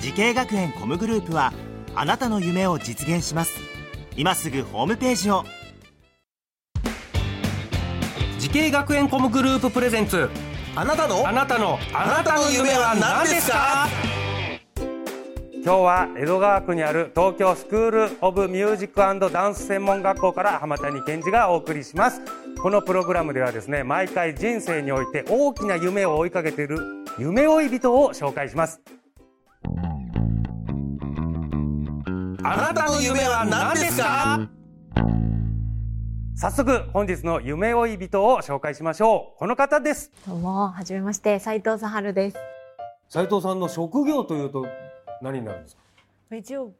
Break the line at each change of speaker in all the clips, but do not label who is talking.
時系学園コムグループはあなたの夢を実現します今すぐホームページを
時系学園コムグループプレゼンツ
あなたの
あなたのあ
なたの夢は何ですか
今日は江戸川区にある東京スクール・オブ・ミュージックダンス専門学校から浜谷健二がお送りしますこのプログラムではですね毎回人生において大きな夢を追いかけている夢追い人を紹介します
あなたの夢は何ですか
早速本日の夢追い人を紹介しましょうこの方です
どうも、はじめまして、斉藤さはるです。
斉藤さんの職業というと何になるんですか
一応、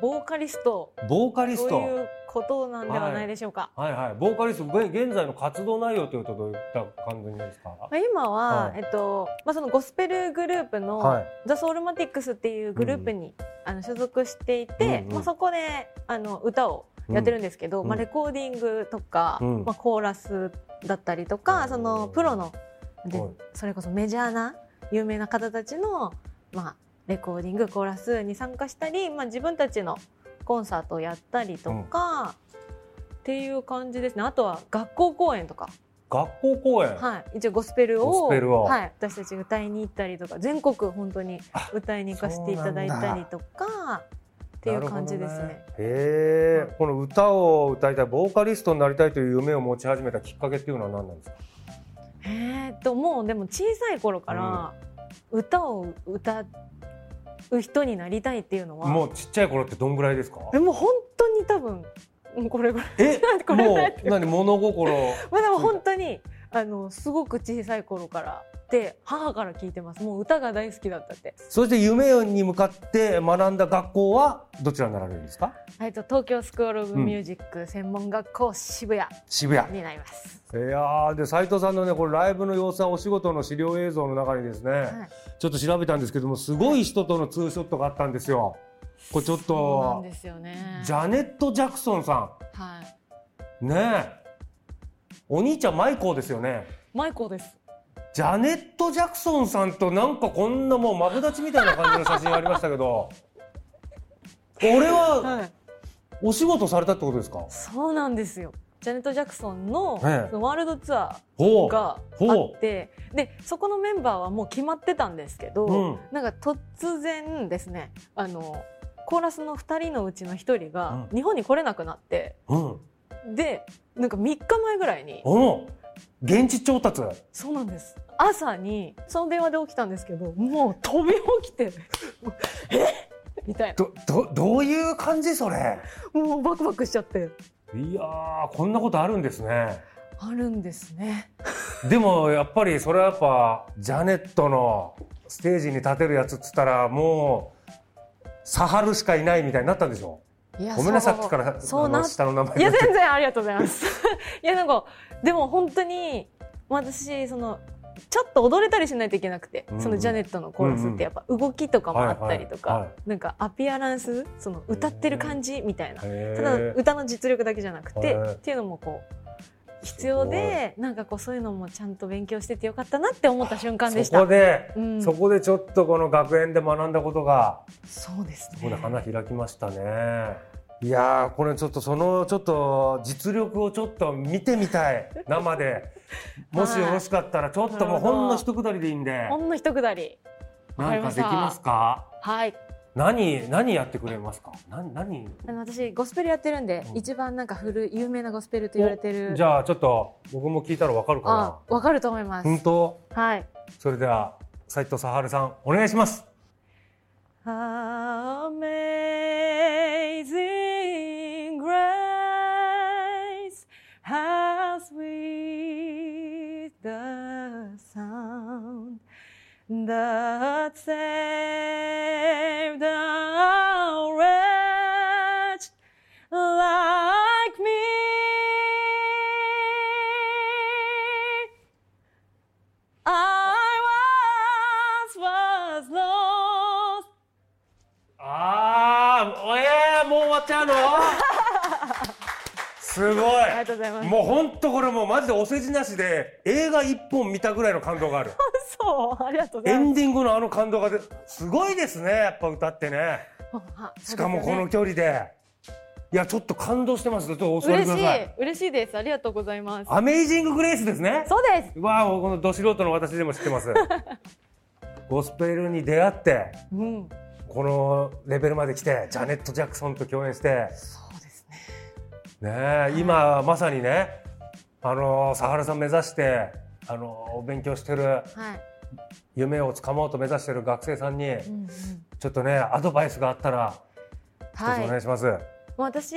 ボーカリスト
ボーカ
とい
リスト
うことなんではないでしょうか。
はいはい、ボーカリスト、現現在の活動内容というと、どういった感じですか。
まあ、今は、
はい
えっと、まあ、そのゴスペルグループの、
はい
ザ・ソウルマティックスっていうグループに、あの所属していて、
うんうん
まあ、そこであの歌をやってるんですけど、
うん
まあ、レコーディングとか、
うん
まあ、コーラスだったりとか、
うん
そのプロので、
はい
それこそメジャーな有名な方たちの、まあ、レコーディングコーラスに参加したり、まあ、自分たちのコンサートをやったりとか、っていう感じですねあとは学校公演とか。
学校公演。
はい、一応ゴスペルを
ゴスペルを
はい、私たち歌いに行ったりとか全国本当に歌いに行かせていただいたりとかっていう感じですね
なるほどねへえ、この歌を歌いたい、ボーカリストになりたいという夢を持ち始めたきっかけっていうのは何なんですか。
えーっともうでも小さい頃から歌を歌う人になりたいっていうのは
もうちっちゃい頃ってどんぐらいですか。
えもう本当に多分うんこれぐらい
え
これぐ
も
らいっていう
う、何、物心。
まあでも本当にあのすごく小さい頃からで母から聞いてますもう歌が大好きだったって、
そして夢に向かって学んだ学校はどちらになられるんですか。
えっと、東京スクール・オブ・
うん
ミュージック専門学校渋谷
渋谷。
になります。
いやーで斉藤さんのねこれライブの様子はお仕事の資料映像の中にですね、
い
ちょっと調べたんですけどもすごい人とのツーショットがあったんですよ。これちょっ
そうなん
と
ですよね。
ジャネット・ジャクソンさ
はい。
んねえお兄ちゃんマイコーですよね。
マイコです。
ジャネット・ジャクソンさんとなんかこんなもうマブダチみたいな感じの写真ありましたけどこれは
はい。
お仕事されたってことですか
そうなんですよ。ジャネット・ジャクソンの,、
ええ
そのワールドツア
ほ
ーが
ほう
あってでそこのメンバーはもう決まってたんですけど、
うん
なんか突然ですねあのコーラスの2人のうちの1人が日本に来れなくなって、
うん
でなんか3日前ぐらいに
お現地調達
そうなんです朝にその電話で起きたんですけどもう飛び起きて えみたい
どどどういう感じそれ
なもうバクバクしちゃって。
いやーこんなことあるんですね
あるんですね。
でもやっぱりそれはやっぱジャネットのステージに立てるやつっつったらもうサハルしかいないみたいになったんでしょ
いや
ごめんなさいさっきから
そう
あ
な
の下の名前
いや全然ありがとうございます。 いやなんかでも本当にまあ私そのちょっと踊れたりしないといけなくて、
うん
そのジャネットのコーラスってやっぱ動きとかもあったりとか、
はいはいは
なんかアピアランスその歌ってる感じみたいな。た
へ
だ
ー
歌の実力だけじゃなく
へ
て
ー
っていうのもこう必要でなんかこうそういうのもちゃんと勉強しててよかったなって思った瞬間でし
そ
た
こ。で、
うん
そこでちょっとこの学園で学んだことが
そうです
ここで
ね。
花開きましたねいやーこれちょっとそのちょっと実力をちょっと見てみたい生 でもしよろしかったらちょっともうほんの一くだりでいいんで
ほんの一くだり。わ
な
か
ん
り
か
ま
で
し
き
た
ますか
はい。
何何やってくれますか。何何。
あの私ゴスペルやってるんで、
うん
一番なんか古い有名なゴスペルと言われてる
じゃあちょっと僕も聞いたらわかる
あ
か
わかると思いま
な。
す、
本当。
はい
それでは斉藤さはるさんお願いします。
Amazing grace how sweet the sound that saved a
えー、もう終わっちゃう のすごい
ありがとうございます。
もう本当これもうマジでお世辞なしで映画一本見たぐらいの感動がある
そう、ありがとうござ
エ
いま
ンディングのあの感動がですごいですねやっぱ歌ってね
す。
しかもこの距離でいやちょっと感動してますちょっとお座りくだ
嬉しい
さい、
嬉しいです。ありがとうございます。
アメイジンググレイスですね
そうです。
わあこのど素人の私でも知って ますゴスペルに出会って
うん、
このレベルまで来てジャネット・ジャクソンと共演して
そうですね。
ねえ今まさにねあのサハラさん目指してあのお勉強してる
はい。
夢をつかもうと目指してる学生さんに
うんうん、
ちょっとねアドバイスがあったら一つ
はい。
お
も
願いうします、
私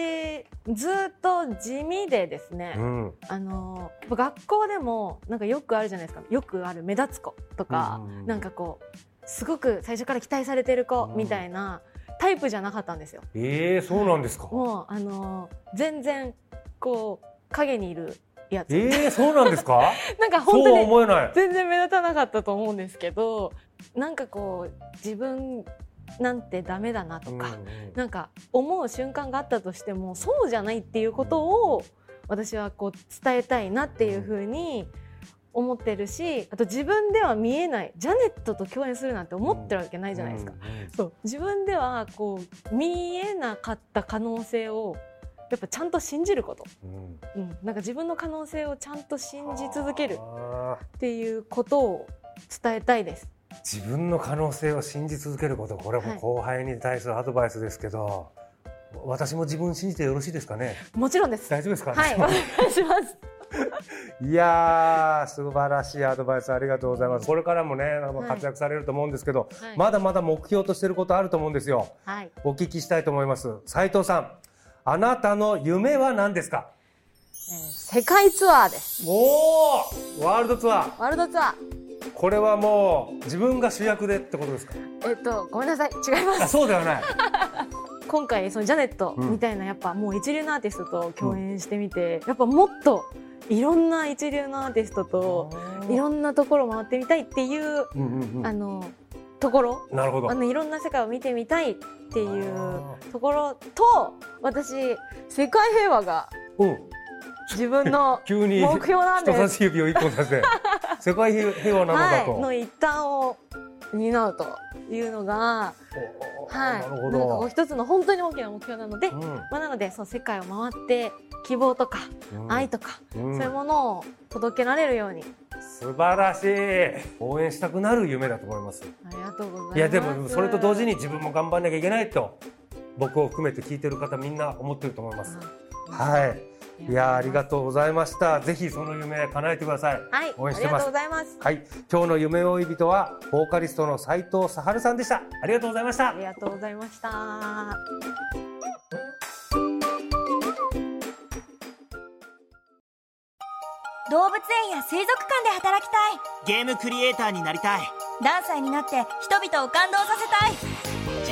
ずっと地味でですね。
うん
あのやっぱ学校でもなんかよくあるじゃないですかよくある目立つ子とか、
うん
なんかこうすごく最初から期待されてる子
うん
みたいなタイプじゃなかったんですよ。
ええそうなんですか
もうあの全然こう影にいるやつ、
ええそうなんですか
なんか
そ
本
うは
当に
思えない
全然目立たなかったと思うんですけどなんかこう自分なんてダメだなとか、
うんうん
なんか思う瞬間があったとしてもそうじゃないっていうことを私はこう伝えたいなっていうふうに思ってるしあと自分では見えないジャネットと共演するなんて思ってるわけないじゃないですか。
うんうん
そう自分ではこう見えなかった可能性をやっぱちゃんと信じること、
うん
うん、なんか自分の可能性をちゃんと信じ続ける
あー
っていうことを伝えたいです。
自分の可能性を信じ続けることこれはも
は
う
い
後輩に対するアドバイスですけど、私も自分を信じてよろしいですかね
もちろんです。は
大丈夫ですか、
い、お願いします。
いやー素晴らしいアドバイスありがとうございますこれからもねあの
はい
活躍されると思うんですけど、
はい
まだまだ目標としてることあると思うんですよ
はい、
お聞きしたいと思います斉藤さんあなたの夢は何ですか
えー世界ツアーです。
おおワールドツアー
ワールドツア
これはもう自分が主役でってことですか
ー、えっと、ごめんなさい、違いま
あそうではない
す。 今回、そのジャネット
うん
みたいな、やっぱもう一流のアーティストと共演してみて、やっぱもっと。いろんな一流のアーティストと、いろんなところ回ってみたいっていう、
うんうん
あ
う
の、ところ。
んなるほど
あの、いろんな世界を見てみたいっていう
あ
ところと、私、世界平和が
うん
自分の
急に
目標なんで
人差
す。
し指を一本さ せて世界平和なの
は
だ
い、
と、
の一端を担うというのが、
おー
はい、
なる
な
ほ
んかこう
ど
一つの本当に大きな目標なので、まあ、なのでその世界を回って希望とか
うんうん
愛とか、
うん
そういうものを届けられるように
素晴らしい応援したくなる夢だと思います
ありがとうございます
いやでもそれと同時に自分も頑張んなきゃいけないと僕を含めて聞いてる方みんな思ってると思いますはいいやありがと
と
うございましたぜひその夢叶えてください
はい
応援し
あ
て
りが
ま
とう
す
ございます
はい今日の夢追い人はボーカリストの斉藤さはるさんでしたありがとうございました
ありがとうございました
動物園や水族館で働きたい
ゲームクリエイターになりたい
何歳になって人々を感動させたい